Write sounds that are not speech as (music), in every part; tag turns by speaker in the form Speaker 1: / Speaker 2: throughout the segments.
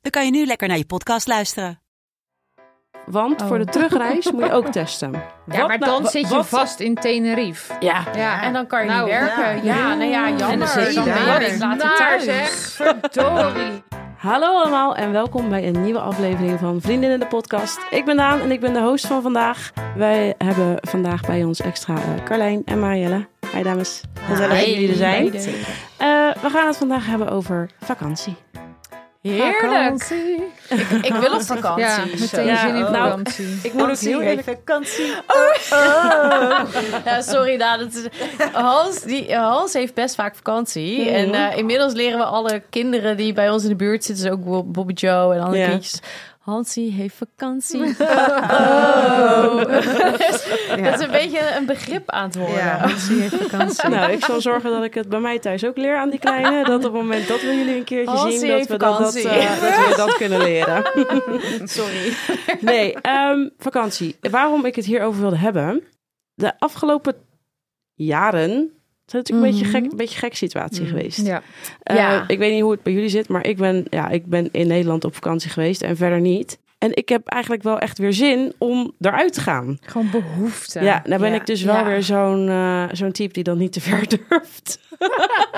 Speaker 1: dan kan je nu lekker naar je podcast luisteren.
Speaker 2: Want voor de terugreis moet je ook testen.
Speaker 3: Oh. Ja, maar dan zit je
Speaker 2: wat-
Speaker 3: vast in Tenerife.
Speaker 2: Ja.
Speaker 3: Ja,
Speaker 4: En dan kan je
Speaker 3: Nou,
Speaker 4: niet werken.
Speaker 3: ja. nou ja, jammer.
Speaker 4: En dan zit je
Speaker 3: Dan
Speaker 4: daar.
Speaker 3: ben ik later
Speaker 4: Naar,
Speaker 3: thuis.
Speaker 4: zeg. Verdorie.
Speaker 2: Hallo allemaal en welkom bij een nieuwe aflevering van Vriendinnen de Podcast. Ik ben Daan en ik ben de host van vandaag. Wij hebben vandaag bij ons extra eh, Carlijn en Marielle. Hi dames, gezellig dat jullie er zijn. Eh, we gaan het vandaag hebben over vakantie.
Speaker 3: Heerlijk.
Speaker 4: Ik, ik wil op vakantie.
Speaker 3: Ja, meteen
Speaker 2: Ja,
Speaker 3: zin in
Speaker 2: oh. Nou,
Speaker 3: vakantie.
Speaker 2: Ik moet ook heel eerlijk
Speaker 5: vakantie.
Speaker 4: Ja, sorry, Daan. Het is, Hans, die, Hans heeft best vaak vakantie. En eh, inmiddels leren we alle kinderen die bij ons in de buurt zitten, dus ook Bob- Bobby Joe en andere
Speaker 2: Ja.
Speaker 4: kindjes. Hansie heeft vakantie. Oh. (laughs) Dus Dat is een beetje een begrip aan het worden.
Speaker 2: Nou, ik zal zorgen dat ik het bij mij thuis ook leer aan die kleine. Dat op het moment dat we jullie een keertje
Speaker 4: Als
Speaker 2: zien,
Speaker 4: hij
Speaker 2: dat we dat, dat,
Speaker 4: vakantie
Speaker 2: eh, dat we dat kunnen leren.
Speaker 4: Sorry.
Speaker 2: Nee, ehm, vakantie. Waarom ik het hierover wilde hebben. De afgelopen jaren is het natuurlijk een, beetje gek, een beetje een gek situatie geweest.
Speaker 3: Ja.
Speaker 2: Eh,
Speaker 4: Mhm. Ja.
Speaker 2: Ik weet niet hoe het bij jullie zit, maar ik ben, ja, ik ben in Nederland op vakantie geweest en verder niet. En ik heb eigenlijk wel echt weer zin om eruit te gaan.
Speaker 3: Gewoon behoefte.
Speaker 2: Ja, nou ben
Speaker 4: Ja.
Speaker 2: ik dus wel
Speaker 4: Ja.
Speaker 2: weer zo'n eh, zo'n type die dat niet te ver (laughs) durft.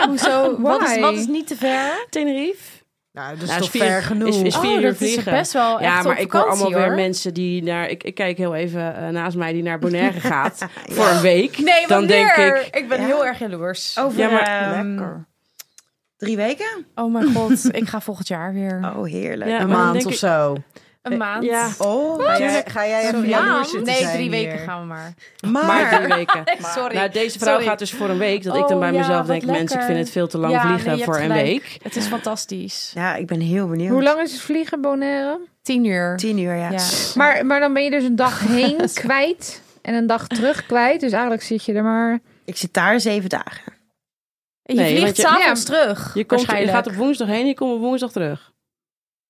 Speaker 4: Hoezo? Wat is,
Speaker 3: Why?
Speaker 4: wat is niet te ver?
Speaker 2: Tenerife.
Speaker 5: Nou, dat is
Speaker 2: Nou,
Speaker 5: toch
Speaker 2: is vier-
Speaker 5: ver genoeg.
Speaker 2: is- is vier
Speaker 4: oh,
Speaker 2: uur
Speaker 4: dat is
Speaker 2: vliegen.
Speaker 4: best wel
Speaker 2: Ja,
Speaker 4: echt
Speaker 2: maar
Speaker 4: op
Speaker 2: ik hoor
Speaker 4: vakantie,
Speaker 2: allemaal weer
Speaker 4: hoor.
Speaker 2: mensen die naar. Ik, ik kijk heel even eh, naast mij die naar
Speaker 5: (laughs)
Speaker 2: Bonaire gaat voor een week.
Speaker 4: Nee,
Speaker 2: Dan denk
Speaker 4: wanneer?
Speaker 2: ik.
Speaker 4: ben heel erg jaloers.
Speaker 5: Over
Speaker 2: Ja, maar-
Speaker 5: ehm, drie weken?
Speaker 4: Oh mijn god, ik ga volgend jaar weer.
Speaker 5: Oh, heerlijk.
Speaker 2: Ja,
Speaker 5: een
Speaker 2: maar dan
Speaker 5: maand
Speaker 2: denk
Speaker 5: of
Speaker 2: ik-
Speaker 5: zo.
Speaker 4: Een maand.
Speaker 2: Ja,
Speaker 5: Oh, ga jij, ga jij even jaloers
Speaker 4: maand?
Speaker 5: zitten
Speaker 4: Nee,
Speaker 5: zijn
Speaker 4: drie weken
Speaker 5: hier.
Speaker 4: gaan we maar.
Speaker 5: Maar,
Speaker 2: maar drie weken.
Speaker 4: Sorry.
Speaker 2: Nou, deze vrouw
Speaker 4: Sorry.
Speaker 2: gaat dus voor een week. Dat ik
Speaker 4: Oh,
Speaker 2: dan bij
Speaker 4: ja,
Speaker 2: mezelf
Speaker 4: wat
Speaker 2: denk, mensen, ik
Speaker 4: lekker.
Speaker 2: vind het veel te lang
Speaker 4: Ja, nee,
Speaker 2: vliegen
Speaker 4: je
Speaker 2: voor
Speaker 4: hebt
Speaker 2: een
Speaker 4: gelijk.
Speaker 2: week.
Speaker 4: Het is fantastisch.
Speaker 5: ja, ik ben heel benieuwd.
Speaker 3: Hoe lang is het vliegen, Bonaire?
Speaker 4: Tien uur.
Speaker 5: Tien uur, ja.
Speaker 4: Ja.
Speaker 3: Maar, maar dan ben je dus een dag heen kwijt en een dag terug kwijt. Dus eigenlijk zit je er maar...
Speaker 5: Ik zit daar zeven dagen.
Speaker 4: Je
Speaker 2: Nee, want
Speaker 4: vliegt
Speaker 2: je-
Speaker 4: s'avonds terug.
Speaker 2: Je, komt, je
Speaker 4: waarschijnlijk.
Speaker 2: gaat op woensdag heen en je komt op woensdag terug.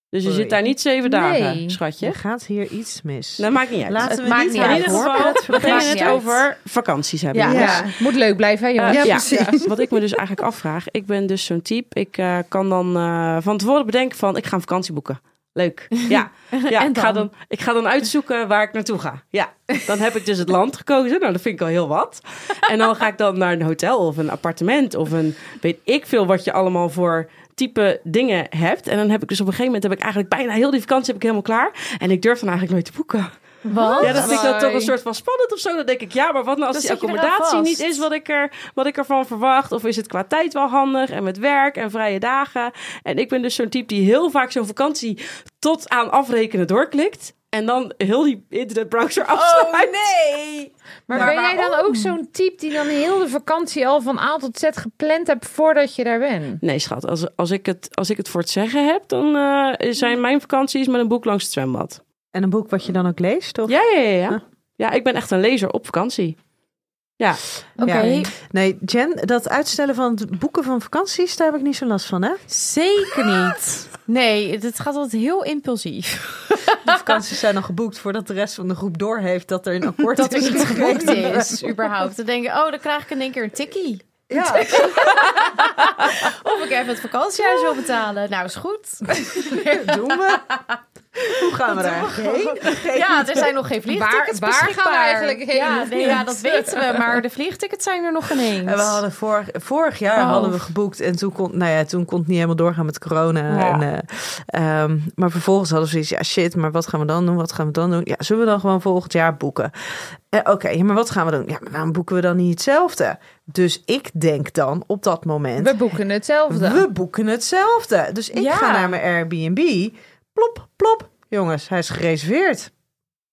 Speaker 2: Dus je
Speaker 5: Oei.
Speaker 2: zit daar niet zeven
Speaker 3: Nee.
Speaker 2: dagen, schatje.
Speaker 5: gaat hier iets mis.
Speaker 6: Nou,
Speaker 2: Dat maakt niet uit.
Speaker 5: Laten
Speaker 4: Het
Speaker 5: we
Speaker 4: maakt
Speaker 5: niet
Speaker 4: niet
Speaker 2: Maar in
Speaker 4: uit,
Speaker 2: ieder
Speaker 5: uit.
Speaker 4: hoor.
Speaker 2: geval, we
Speaker 4: Maakt
Speaker 2: gingen
Speaker 4: niet
Speaker 2: het
Speaker 4: uit.
Speaker 2: over vakanties hebben.
Speaker 4: Ja.
Speaker 2: Dus,
Speaker 5: Ja.
Speaker 3: Moet leuk blijven, hè, jongens?
Speaker 2: eh,
Speaker 5: Ja,
Speaker 2: ja,
Speaker 5: precies.
Speaker 2: Wat ik me dus eigenlijk afvraag. Ik ben dus zo'n type. Ik eh, kan dan eh, van tevoren bedenken van... ik ga een vakantie boeken. Leuk. Ja, ja
Speaker 4: En
Speaker 2: ik, ga
Speaker 4: dan?
Speaker 2: dan, ik ga dan uitzoeken waar ik naartoe ga. Ja, dan heb ik dus het land gekozen. Nou, dat vind ik al heel wat. En dan ga ik dan naar een hotel of een appartement... of een weet ik veel wat je allemaal voor type dingen hebt. En dan heb ik dus op een gegeven moment... heb ik eigenlijk bijna heel die vakantie heb ik helemaal klaar. En ik durf dan eigenlijk nooit te boeken.
Speaker 4: Want?
Speaker 2: Ja, dat vind ik dan
Speaker 3: Saai.
Speaker 2: toch een soort van spannend of zo. Dan denk ik, ja, maar wat nou als
Speaker 4: Oh, Dan
Speaker 2: die
Speaker 4: zit je eraan
Speaker 2: accommodatie
Speaker 4: vast.
Speaker 2: niet is wat ik, er, wat ik ervan verwacht? Of is het qua tijd wel handig en met werk en vrije dagen? En ik ben dus zo'n type die heel vaak zo'n vakantie tot aan afrekenen doorklikt. En dan heel die internetbrowser
Speaker 6: (laughs) Oh,
Speaker 2: afsluit.
Speaker 4: Oh, nee!
Speaker 3: Maar ben jij dan ook zo'n type die dan heel de vakantie al van A tot Z gepland hebt voordat je daar bent?
Speaker 2: Nee, schat, als, als, ik het, als ik het voor het zeggen heb, dan eh,
Speaker 4: Hm.
Speaker 2: zijn mijn vakanties met een boek langs het zwembad.
Speaker 7: En een boek wat je dan ook leest, toch?
Speaker 2: Ja, ja, ja. Ja, ja ik ben echt een lezer op vakantie. Ja,
Speaker 4: Oké,
Speaker 7: Ja. Nee, Jen, dat uitstellen van het boeken van vakanties, daar heb ik niet zo last van, hè?
Speaker 4: zeker niet. Nee, het gaat altijd heel impulsief.
Speaker 7: De (laughs) vakanties zijn al geboekt voordat de rest van de groep doorheeft dat er een
Speaker 4: (laughs)
Speaker 7: akkoord
Speaker 4: Dat er
Speaker 7: is
Speaker 4: iets
Speaker 7: gekomen.
Speaker 4: geboekt is, überhaupt. Dan denk ik, oh, dan krijg ik in één keer een tikkie. (laughs)
Speaker 7: Ja.
Speaker 4: Of ik even het vakantiehuis wil betalen. Nou, is goed.
Speaker 7: (laughs) doen we. Hoe gaan we daar heen?
Speaker 4: Ja, er zijn nog geen vliegtickets
Speaker 3: Waar- waar gaan we
Speaker 4: beschikbaar.
Speaker 3: eigenlijk heen
Speaker 4: Ja,
Speaker 3: of
Speaker 4: nee,
Speaker 3: niet?
Speaker 4: ja, dat weten we. Maar de vliegtickets zijn er nog ineens.
Speaker 7: En we hadden vorig, vorig jaar
Speaker 4: Oh.
Speaker 7: hadden we geboekt en toen kon, nou ja, toen kon het niet helemaal doorgaan met corona. En, eh, ehm, maar vervolgens hadden we zoiets, ja shit, maar wat gaan we dan doen? Wat gaan we dan doen? Ja, zullen we dan gewoon volgend jaar boeken? Eh, Oké, ja, maar wat gaan we doen? Ja, maar waarom boeken we dan niet hetzelfde? Dus ik denk dan op dat moment,
Speaker 3: We boeken hetzelfde.
Speaker 7: we boeken hetzelfde. Dus ik
Speaker 4: Ja.
Speaker 7: ga naar mijn Airbnb. Plop, plop. Jongens, hij is gereserveerd.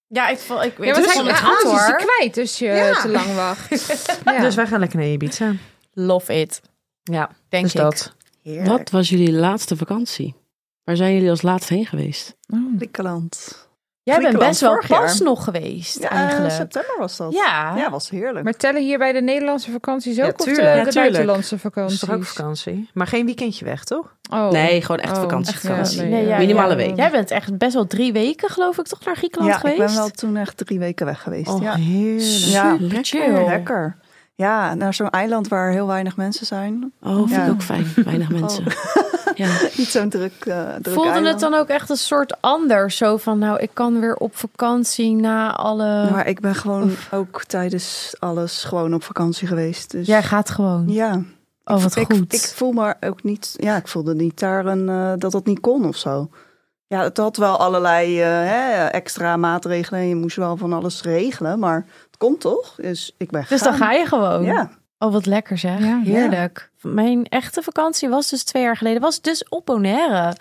Speaker 4: Ja, ik, vond- ik,
Speaker 3: Ja, maar
Speaker 4: ik vond het goed
Speaker 3: is
Speaker 4: hoor.
Speaker 3: kwijt als je
Speaker 7: Ja.
Speaker 3: te lang (laughs) wacht. ja.
Speaker 7: Dus wij gaan lekker naar Ibiza.
Speaker 4: Love it,
Speaker 7: Ja,
Speaker 4: denk
Speaker 7: dus
Speaker 4: ik.
Speaker 7: dat.
Speaker 5: Heerlijk.
Speaker 2: wat was jullie laatste vakantie? Waar zijn jullie als laatst heen geweest?
Speaker 3: Oh.
Speaker 6: Griekenland.
Speaker 4: Jij bent
Speaker 6: Griekenland
Speaker 4: best wel
Speaker 6: vorig jaar.
Speaker 4: pas nog geweest
Speaker 6: Ja,
Speaker 4: eigenlijk.
Speaker 6: september was dat.
Speaker 4: Ja.
Speaker 6: Ja, was heerlijk.
Speaker 3: Maar tellen hier bij de Nederlandse vakanties ook
Speaker 7: Ja,
Speaker 3: of de,
Speaker 7: tuurlijk.
Speaker 2: Ja,
Speaker 3: de
Speaker 2: tuurlijk.
Speaker 3: buitenlandse
Speaker 7: Dat is
Speaker 3: vakanties?
Speaker 7: toch ook vakantie? Maar geen weekendje weg, toch?
Speaker 3: Oh.
Speaker 2: Nee, gewoon echt
Speaker 3: Oh,
Speaker 2: vakantie.
Speaker 3: echt, ja,
Speaker 2: vakantie.
Speaker 3: nee.
Speaker 4: Nee, ja,
Speaker 2: Minimale
Speaker 4: ja.
Speaker 2: week.
Speaker 4: Jij bent echt best wel drie weken, geloof ik, toch naar Griekenland
Speaker 6: ja,
Speaker 4: geweest?
Speaker 6: ik ben wel toen echt drie weken weg geweest.
Speaker 7: Oh,
Speaker 6: ja.
Speaker 7: heerlijk.
Speaker 6: Ja,
Speaker 2: Lekker.
Speaker 4: chill.
Speaker 6: lekker. Oh, Ja, naar zo'n eiland waar heel weinig mensen zijn.
Speaker 2: Oh, vind
Speaker 6: Ja.
Speaker 2: ik ook fijn. Weinig mensen. Ja.
Speaker 6: Niet zo'n druk, eh druk
Speaker 4: Voelde het
Speaker 6: eiland.
Speaker 4: dan ook echt een soort ander? Zo van, nou, ik kan weer op vakantie na alle...
Speaker 6: Maar ik ben gewoon ook tijdens alles gewoon op vakantie geweest. Dus
Speaker 4: Jij gaat gewoon.
Speaker 6: ja.
Speaker 4: Oh, wat
Speaker 6: ik,
Speaker 4: goed.
Speaker 6: Ik voel me ook niet. Ja, ik voelde niet daar een, eh, dat dat niet kon of zo. Ja, het had wel allerlei eh, hè, extra maatregelen. en Je moest wel van alles regelen, maar het komt toch? Dus ik ben
Speaker 4: dus dan
Speaker 6: gegaan.
Speaker 4: ga je gewoon.
Speaker 6: Ja,
Speaker 4: Oh, wat lekker zeg. Heerlijk. Mijn echte vakantie was dus twee jaar geleden. Was dus op Bonaire.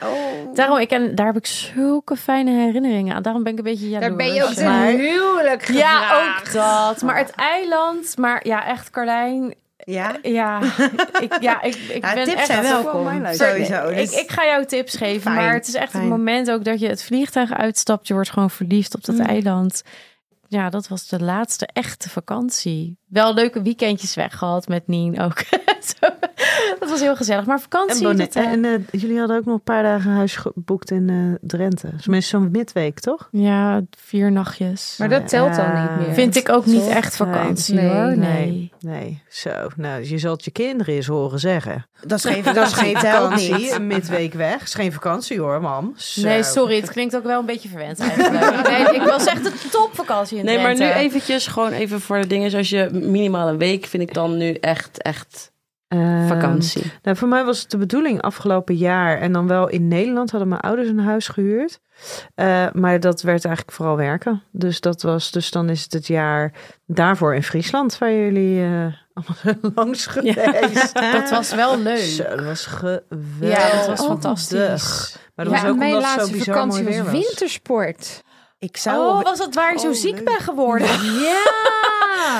Speaker 4: Daarom, ik, en daar heb ik zulke fijne herinneringen aan. Daarom ben ik een beetje jaloers.
Speaker 3: Daar ben je ook ten
Speaker 4: Maar-
Speaker 3: huwelijk
Speaker 4: Ja,
Speaker 3: gevraagd.
Speaker 4: ook dat. Maar het eiland, maar ja, echt Carlijn.
Speaker 5: Ja.
Speaker 4: Ja, ik, ja, ik, ik
Speaker 5: Ja,
Speaker 4: ben
Speaker 5: tips
Speaker 4: echt...
Speaker 5: zijn
Speaker 6: wel mijn
Speaker 5: welkom.
Speaker 6: lijst.
Speaker 5: Sowieso.
Speaker 4: Ik,
Speaker 5: Dus
Speaker 4: ik ga jou tips geven,
Speaker 5: Fijn,
Speaker 4: maar het is echt
Speaker 5: fijn.
Speaker 4: het moment ook dat je het vliegtuig uitstapt. Je wordt gewoon verliefd op dat eiland. Ja, dat was de laatste echte vakantie. Wel leuke weekendjes weg gehad met Nien ook. (laughs) Zo, dat was heel gezellig. Maar
Speaker 7: En,
Speaker 4: vakantie... dat,
Speaker 7: Bonaire.
Speaker 4: eh,
Speaker 7: en eh, jullie hadden ook nog een paar dagen een huis geboekt in eh, Drenthe. Tenminste, zo'n midweek, toch?
Speaker 4: ja, vier nachtjes.
Speaker 3: Maar dat telt dan
Speaker 7: Ja.
Speaker 3: niet meer.
Speaker 4: Vind ik ook niet
Speaker 3: Toch?
Speaker 4: echt vakantie
Speaker 3: Nee,
Speaker 4: hoor. Nee.
Speaker 7: Nee, zo. Nou, je zult je kinderen eens horen zeggen.
Speaker 5: Dat is geen, dat
Speaker 7: (laughs)
Speaker 5: is geen telt
Speaker 7: vakantie,
Speaker 5: niet.
Speaker 7: een midweek weg. Is geen vakantie hoor, mam. Zo.
Speaker 4: Nee, sorry, het klinkt ook wel een beetje verwend eigenlijk. (laughs) nee, ik was echt een topvakantie in
Speaker 2: Nee, maar nu
Speaker 4: Drenthe.
Speaker 2: eventjes, gewoon even voor de dingen. Zoals je minimaal een week vind ik dan nu echt, echt
Speaker 7: Ehm,
Speaker 2: vakantie.
Speaker 7: nou, voor mij was het de bedoeling afgelopen jaar. En dan wel in Nederland hadden mijn ouders een huis gehuurd. Eh, maar dat werd eigenlijk vooral werken. Dus dat was, dus dan is het het jaar daarvoor in Friesland. Waar jullie eh, allemaal (laughs) langs geweest.
Speaker 4: Dat was wel leuk.
Speaker 7: Zo, dat was geweldig.
Speaker 4: Ja, dat was fantastisch.
Speaker 7: Maar dat
Speaker 3: Ja,
Speaker 7: was ook
Speaker 3: mijn
Speaker 7: omdat het zo
Speaker 3: laatste
Speaker 7: bizar
Speaker 3: vakantie
Speaker 7: mooi
Speaker 3: was
Speaker 7: weer was.
Speaker 3: wintersport.
Speaker 5: Ik zou...
Speaker 4: Oh, was dat waar je zo ziek bent geworden?
Speaker 3: (laughs)
Speaker 4: Ja!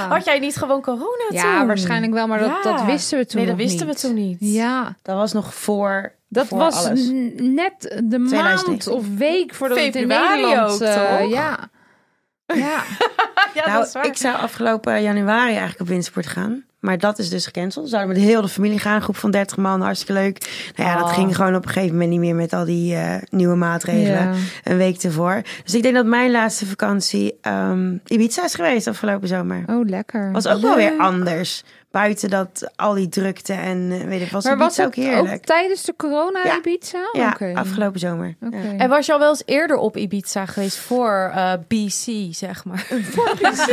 Speaker 4: Had jij niet gewoon corona toen?
Speaker 3: Ja, waarschijnlijk wel, maar dat,
Speaker 4: Ja.
Speaker 3: dat wisten we toen
Speaker 4: Nee, dat
Speaker 3: nog
Speaker 4: wisten
Speaker 3: niet.
Speaker 4: we toen niet.
Speaker 3: Ja,
Speaker 5: Dat was nog voor...
Speaker 3: dat
Speaker 5: voor
Speaker 3: was
Speaker 5: alles.
Speaker 3: n- net de
Speaker 5: 2019.
Speaker 3: maand of week voordat het in
Speaker 4: Februari
Speaker 3: Nederland...
Speaker 4: ook,
Speaker 3: eh,
Speaker 4: toch?
Speaker 3: Ja. Ja.
Speaker 4: ja
Speaker 5: nou, ik zou afgelopen januari eigenlijk op windsport gaan. Maar dat is dus gecanceld. Zouden we met heel de familie gaan, een groep van 30 man, hartstikke leuk. Nou ja, dat
Speaker 4: Ah.
Speaker 5: ging gewoon op een gegeven moment niet meer met al die eh, nieuwe maatregelen.
Speaker 3: Ja.
Speaker 5: Een week ervoor. Dus ik denk dat mijn laatste vakantie ehm, Ibiza is geweest afgelopen zomer.
Speaker 3: Oh, lekker.
Speaker 5: Was ook wel weer anders. Buiten dat al die drukte en eh, weet ik, was
Speaker 3: maar
Speaker 5: Ibiza
Speaker 3: was het
Speaker 5: ook heerlijk.
Speaker 3: ook tijdens de corona
Speaker 5: Ja.
Speaker 3: Ibiza?
Speaker 5: ja,
Speaker 3: Oké.
Speaker 5: afgelopen zomer.
Speaker 3: Oké.
Speaker 4: En was je al wel eens eerder op Ibiza geweest voor eh, BC, zeg maar? Voor BC?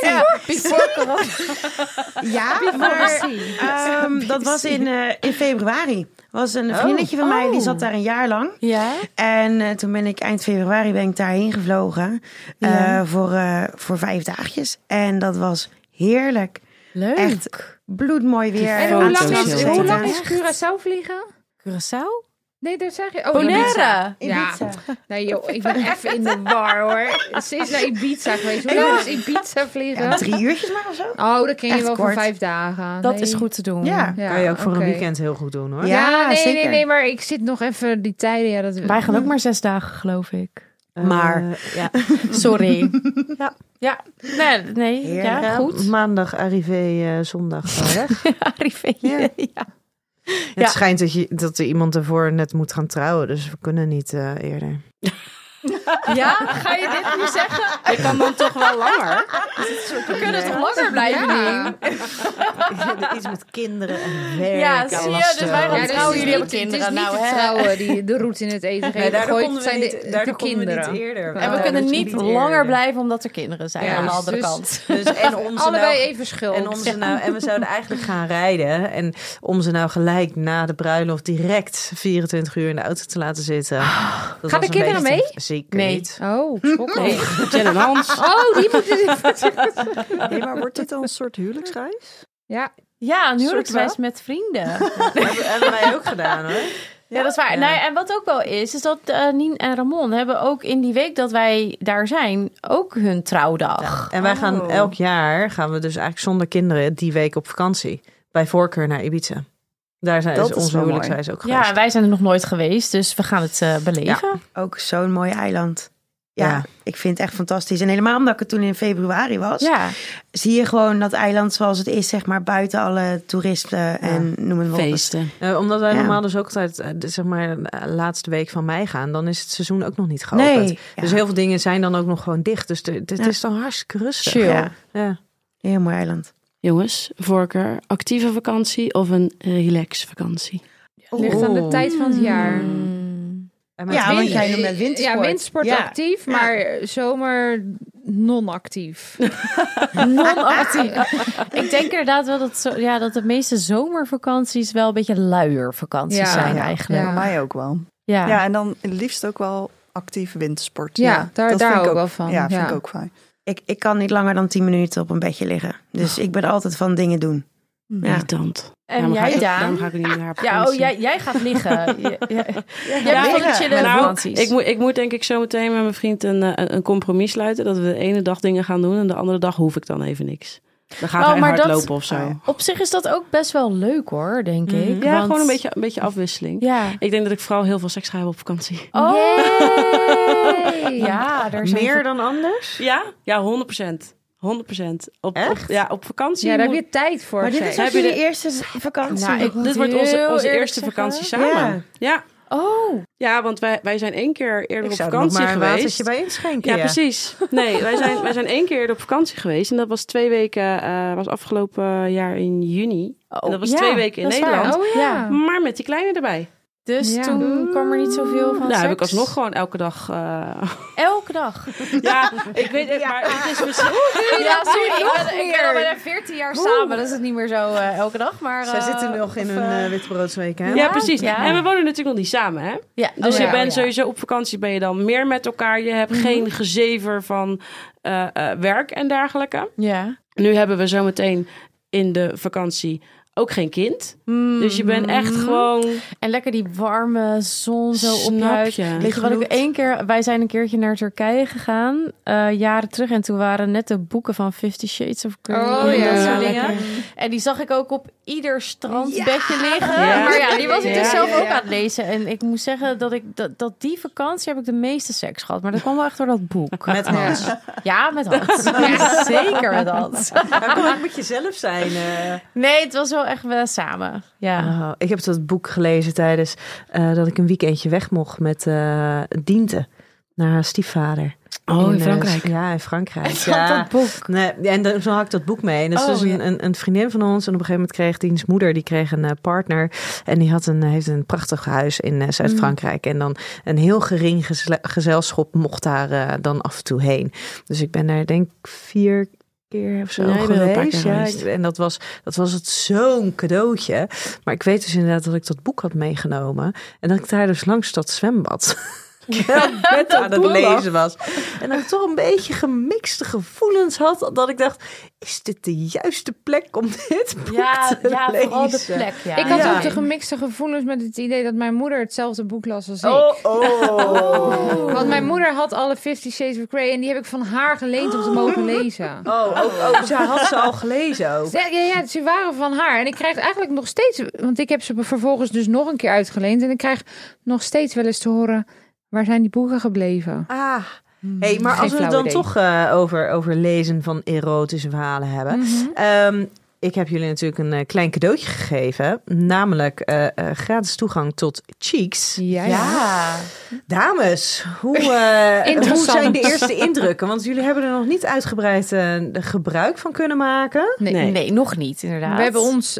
Speaker 4: Ja, (laughs) voor (laughs) corona. eh,
Speaker 5: Ja, maar ehm, dat was in, eh, in februari. was
Speaker 3: Oh,
Speaker 5: een vriendinnetje van mij, die zat daar een jaar lang.
Speaker 4: Ja?
Speaker 5: En eh, toen ben ik eind februari ben ik daarheen gevlogen eh, voor, eh, voor vijf dagjes. En dat was heerlijk.
Speaker 4: Leuk.
Speaker 5: Echt bloedmooi weer.
Speaker 3: En hoe lang
Speaker 2: Foto's,
Speaker 3: is,
Speaker 2: joh.
Speaker 3: hoe lang is
Speaker 4: Echt?
Speaker 3: Curaçao vliegen?
Speaker 4: Curaçao?
Speaker 3: Nee, daar zeg je... Oh, Ibiza.
Speaker 4: Bonaire.
Speaker 3: Ja. Nee joh, ik ben even in de war hoor. Ze is naar Ibiza geweest. Hoe lang is Ibiza vliegen?
Speaker 5: Ja, drie uurtjes maar of zo.
Speaker 3: Oh, dat ken je
Speaker 5: Echt
Speaker 3: wel voor
Speaker 5: kort.
Speaker 3: vijf dagen.
Speaker 4: Dat
Speaker 3: Nee.
Speaker 4: is goed te doen.
Speaker 5: Ja.
Speaker 3: Ja,
Speaker 7: Kan je ook voor
Speaker 3: oké.
Speaker 7: een weekend heel goed doen hoor.
Speaker 3: Ja,
Speaker 5: Ja,
Speaker 3: nee, nee,
Speaker 5: zeker.
Speaker 3: nee, maar ik zit nog even die tijden. Ja, dat...
Speaker 4: Wij gaan ook maar zes dagen, geloof ik.
Speaker 7: Eh,
Speaker 5: Maar-
Speaker 7: ja.
Speaker 4: Sorry. ja. ja. Nee, nee. Ja,
Speaker 5: Heerlijk.
Speaker 4: goed. (laughs)
Speaker 7: Maandag arrivé, eh,
Speaker 5: (laughs)
Speaker 7: zondag eh, weg.
Speaker 4: Arrivé.
Speaker 7: Ja.
Speaker 4: Ja. Ja.
Speaker 7: Het schijnt dat, je, dat er iemand ervoor net moet gaan trouwen. Dus we kunnen niet eh, eerder.
Speaker 4: ja, ga je dit nu zeggen?
Speaker 2: Ik kan dan toch wel langer.
Speaker 3: (laughs)
Speaker 4: We kunnen toch langer blijven, Nien?
Speaker 7: (laughs) Iets met kinderen en
Speaker 4: Ja, zie je, dus wij
Speaker 3: Ja,
Speaker 4: gaan
Speaker 3: dus
Speaker 4: trouwen.
Speaker 3: het is
Speaker 4: Jullie hebben
Speaker 3: niet-
Speaker 4: kinderen.
Speaker 3: Het is niet
Speaker 4: Nou,
Speaker 3: de
Speaker 4: hè.
Speaker 3: trouwen die de roet in het eten geven. gooit, het zijn de, de kinderen.
Speaker 7: eerder. Dus
Speaker 4: En we
Speaker 3: Ja,
Speaker 4: kunnen
Speaker 3: dat
Speaker 4: niet langer blijven omdat er kinderen zijn
Speaker 3: Ja,
Speaker 4: aan de andere
Speaker 3: dus-
Speaker 4: kant.
Speaker 7: Dus
Speaker 3: (laughs)
Speaker 7: en om ze
Speaker 3: Allebei
Speaker 7: nou-
Speaker 3: even schuld.
Speaker 7: en, om ze nou, en we zouden eigenlijk gaan rijden. En om ze nou gelijk na de bruiloft direct 24 uur in de auto te laten zitten. dat was
Speaker 3: de
Speaker 7: een
Speaker 3: kinderen
Speaker 7: beetje te-
Speaker 3: mee?
Speaker 7: Zeker
Speaker 4: Nee.
Speaker 7: niet.
Speaker 3: Oh, ik schrok al.
Speaker 2: Nee, (laughs) Jen en Hans.
Speaker 3: Oh, die moeten...
Speaker 6: Hey, maar wordt dit dan een soort huwelijksreis?
Speaker 3: (laughs) Ja,
Speaker 4: Ja, een huwelijksreis
Speaker 6: huwelijksreis
Speaker 4: met vrienden.
Speaker 7: Dat hebben, hebben wij ook gedaan hoor.
Speaker 4: Ja, dat is waar. Nou, en wat ook wel is, is dat eh, Nien en Ramon hebben ook in die week dat wij daar zijn, ook hun trouwdag.
Speaker 7: En wij gaan
Speaker 6: Oh.
Speaker 7: elk jaar, gaan we dus eigenlijk zonder kinderen die week op vakantie. Bij voorkeur naar Ibiza. Daar zijn
Speaker 6: Dat
Speaker 7: ze
Speaker 6: is
Speaker 7: onze
Speaker 6: wel
Speaker 7: huwelijk,
Speaker 6: mooi.
Speaker 7: zijn ze ook
Speaker 4: Ja, en
Speaker 7: geweest.
Speaker 4: wij zijn er nog nooit geweest, dus we gaan het eh, beleven.
Speaker 5: Ook zo'n mooi eiland. Ja,
Speaker 7: Ja.
Speaker 5: ik vind het echt fantastisch. En helemaal omdat ik het toen in februari was,
Speaker 4: Ja.
Speaker 5: zie je gewoon dat eiland zoals het is, zeg maar, buiten alle toeristen en noem het maar op.
Speaker 8: feesten.
Speaker 7: Eh, omdat wij
Speaker 5: Ja.
Speaker 7: normaal dus ook altijd, eh, de- zeg maar, de laatste week van mei gaan, dan is het seizoen ook nog niet geopend.
Speaker 5: Nee,
Speaker 7: Dus
Speaker 5: ja.
Speaker 7: heel veel dingen zijn dan ook nog gewoon dicht. Dus de- dit
Speaker 5: Ja.
Speaker 7: is dan hartstikke rustig.
Speaker 4: Chill.
Speaker 5: Ja,
Speaker 7: Ja.
Speaker 5: heel mooi eiland.
Speaker 2: Jongens, voorkeur actieve vakantie of een relax vakantie?
Speaker 3: Ligt aan de
Speaker 7: Oeh.
Speaker 3: tijd van het jaar.
Speaker 7: En met-
Speaker 5: Ja, want jij
Speaker 3: Wind-
Speaker 5: noemt het wintersport.
Speaker 3: Ja, windsport
Speaker 5: Ja.
Speaker 3: actief, maar zomer
Speaker 5: (laughs)
Speaker 3: non-actief.
Speaker 4: Non-actief. ik denk inderdaad wel dat, zo, ja, dat de meeste zomervakanties wel een beetje luiervakanties
Speaker 3: Ja.
Speaker 4: zijn
Speaker 6: Ja.
Speaker 4: eigenlijk.
Speaker 6: Voor
Speaker 3: Ja.
Speaker 6: mij ook wel.
Speaker 4: Ja.
Speaker 6: Ja. en dan het liefst ook wel actief wintersport.
Speaker 3: Ja, daar- daar
Speaker 6: dat vind
Speaker 3: hou ik
Speaker 6: ik
Speaker 3: wel van,
Speaker 6: Ja, vind
Speaker 3: ja.
Speaker 6: ik ook fijn.
Speaker 5: Ik, ik kan niet langer dan 10 minuten op een bedje liggen. Dus ik ben altijd van dingen doen. Ja.
Speaker 2: Irritant.
Speaker 4: En
Speaker 2: ga ik,
Speaker 4: jij,
Speaker 2: ook-
Speaker 4: Daan?
Speaker 2: daarom ga ik ook niet naar haar op
Speaker 4: Ja, oh,
Speaker 2: vakantie.
Speaker 4: jij, jij gaat liggen. Ja, ja. Jij bent van de
Speaker 6: liggen.
Speaker 4: chillen
Speaker 2: Nou,
Speaker 4: vakanties.
Speaker 2: ik, moet, ik moet denk ik zo meteen met mijn vriend een, eh, een, een compromis sluiten. Dat we de ene dag dingen gaan doen en de andere dag hoef ik dan even niks. Dan gaan
Speaker 4: Oh,
Speaker 2: we
Speaker 4: maar dat-
Speaker 2: hardlopen of zo.
Speaker 6: Oh,
Speaker 4: Op zich is dat ook best wel leuk hoor, denk ik.
Speaker 2: Ja,
Speaker 4: want-
Speaker 2: gewoon een beetje, een beetje afwisseling.
Speaker 4: Ja.
Speaker 2: Ik denk dat ik vooral heel veel seks ga hebben op
Speaker 4: (laughs)
Speaker 2: vakantie.
Speaker 4: Oh.
Speaker 3: Yay!
Speaker 4: Ja, daar zijn
Speaker 7: Meer dan anders?
Speaker 2: Ja? Ja, 100 procent. 100 procent. Op,
Speaker 7: Echt?
Speaker 2: Op, ja, op vakantie.
Speaker 3: Dus Ja, daar heb
Speaker 2: moet-
Speaker 3: je tijd voor.
Speaker 5: Maar dit
Speaker 3: zeg.
Speaker 5: is ook
Speaker 2: Heb je
Speaker 5: jullie
Speaker 2: de-
Speaker 5: eerste vakantie.
Speaker 4: Nou, ik-
Speaker 2: Dit wordt onze,
Speaker 4: heel
Speaker 2: onze
Speaker 4: eerlijk
Speaker 2: eerste
Speaker 4: zeggen.
Speaker 2: vakantie samen.
Speaker 5: Ja.
Speaker 2: Ja.
Speaker 4: Oh,
Speaker 2: Ja, want wij, wij zijn één keer eerder
Speaker 7: Ik
Speaker 2: op
Speaker 7: zou er nog
Speaker 2: vakantie
Speaker 7: maar een
Speaker 2: geweest.
Speaker 7: watertje bij inschenken.
Speaker 2: Ja, precies. Nee, wij zijn, wij zijn één keer eerder op vakantie geweest. En dat was twee weken, eh, was afgelopen jaar in juni. en dat was
Speaker 4: Oh, ja,
Speaker 2: twee weken in
Speaker 4: dat is waar.
Speaker 2: Nederland.
Speaker 3: Oh ja.
Speaker 2: Maar met die kleine erbij.
Speaker 4: dus
Speaker 3: Ja.
Speaker 4: toen kwam er niet zoveel van.
Speaker 2: Nou, heb ik
Speaker 4: Oh, seks.
Speaker 2: alsnog gewoon elke dag. eh,
Speaker 4: Elke dag.
Speaker 2: ja, (laughs) ik weet het, maar het is misschien.
Speaker 4: Ja, sorry, ik ben, ik ben al bijna 14 jaar samen. Dat is het niet meer zo eh, elke dag. Maar,
Speaker 7: Zij
Speaker 4: eh,
Speaker 7: zitten nog in
Speaker 4: of,
Speaker 7: hun
Speaker 4: eh,
Speaker 7: eh, wittebroodsweek, hè?
Speaker 2: Ja,
Speaker 4: Ja,
Speaker 2: precies.
Speaker 4: ja.
Speaker 2: En we wonen natuurlijk nog niet samen, hè?
Speaker 4: ja,
Speaker 2: Dus
Speaker 4: oh
Speaker 2: je
Speaker 4: ja,
Speaker 2: bent
Speaker 4: oh ja.
Speaker 2: sowieso op vakantie ben je dan meer met elkaar. Je hebt
Speaker 4: Mhm.
Speaker 2: geen gezever van eh, eh, werk en dergelijke.
Speaker 4: Ja.
Speaker 2: Nu hebben we zometeen in de vakantie ook geen kind.
Speaker 4: Mm.
Speaker 2: Dus je bent echt gewoon.
Speaker 4: En lekker die warme zon zo op je
Speaker 2: Snap
Speaker 4: huid.
Speaker 2: je.
Speaker 4: Weet je wat ik één keer... Wij zijn een keertje naar Turkije gegaan, eh, jaren terug. En toen waren net de boeken van Fifty Shades of Grey.
Speaker 3: Oh,
Speaker 4: en
Speaker 3: ja.
Speaker 4: Dat soort
Speaker 3: Ja,
Speaker 4: dingen. En die zag ik ook op ieder strandbedje liggen.
Speaker 2: Ja.
Speaker 4: Maar ja, die was ik
Speaker 2: Ja, ja,
Speaker 4: dus zelf ook aan het lezen. En ik moet zeggen dat ik dat, dat die vakantie heb ik de meeste seks gehad. Maar dat kwam wel echt door dat boek.
Speaker 7: Met Hans.
Speaker 4: (laughs) Ja, met Hans. Zeker met Hans.
Speaker 7: Maar kom, ik moet jezelf zijn. eh.
Speaker 4: Nee, het was wel echt wel samen. Ja.
Speaker 7: Oh, ik heb dat boek gelezen tijdens eh, dat ik een weekendje weg mocht met eh Diente naar haar stiefvader.
Speaker 2: Oh,
Speaker 7: eh, ja, in (laughs) Frankrijk. ja.
Speaker 4: dat boek.
Speaker 7: Nee, ja, en dan, zo had ik dat boek mee. En dat is
Speaker 4: Oh,
Speaker 7: dus een,
Speaker 4: ja.
Speaker 7: een, een vriendin van ons. En op een gegeven moment kreeg diens moeder, die kreeg een eh, partner. En die had een, eh, heeft een prachtig huis in eh, Zuid-Frankrijk. En dan een heel gering gezle- gezelschap mocht daar eh, dan af en toe heen. Dus ik ben daar denk ik vier keer of zo
Speaker 2: Ja, je bent wel een paar
Speaker 7: geweest.
Speaker 2: keer
Speaker 7: Ja,
Speaker 2: geweest.
Speaker 7: ik- en dat was, dat was het zo'n cadeautje. Maar ik weet dus inderdaad dat ik dat boek had meegenomen. En dat ik daar dus langs dat zwembad net aan het lezen was. En dat ik toch een beetje gemixte gevoelens had. Dat ik dacht, is dit de juiste plek om dit boek
Speaker 4: Ja,
Speaker 7: te
Speaker 4: ja
Speaker 7: lezen?
Speaker 4: vooral de plek. Ja.
Speaker 3: Ik had
Speaker 7: Ja.
Speaker 3: ook de gemixte gevoelens met het idee dat mijn moeder hetzelfde boek las als ik.
Speaker 7: Oh.
Speaker 3: Want mijn moeder had alle Fifty Shades of Grey en die heb ik van haar geleend om te mogen lezen.
Speaker 7: Oh, oh, oh, ze had ze al gelezen ook.
Speaker 3: Ja, ja, ja, ze waren van haar. En ik krijg eigenlijk nog steeds, want ik heb ze vervolgens dus nog een keer uitgeleend. En ik krijg nog steeds wel eens te horen, waar zijn die boeken gebleven?
Speaker 7: Ah. Hey, maar
Speaker 3: Geen
Speaker 7: als we het
Speaker 3: flauw
Speaker 7: dan
Speaker 3: idee. Hmm.
Speaker 7: toch eh, over, over lezen van erotische verhalen hebben. Ehm, ik heb jullie natuurlijk een eh, klein cadeautje gegeven. Namelijk eh, eh, gratis toegang tot Cheeks.
Speaker 3: Ja,
Speaker 4: Ja.
Speaker 7: Dames, hoe, eh, hoe
Speaker 3: Interessant.
Speaker 7: zijn de eerste indrukken? Want jullie hebben er nog niet uitgebreid eh, gebruik van kunnen maken.
Speaker 3: Nee.
Speaker 4: Nee. nog niet inderdaad.
Speaker 3: We hebben ons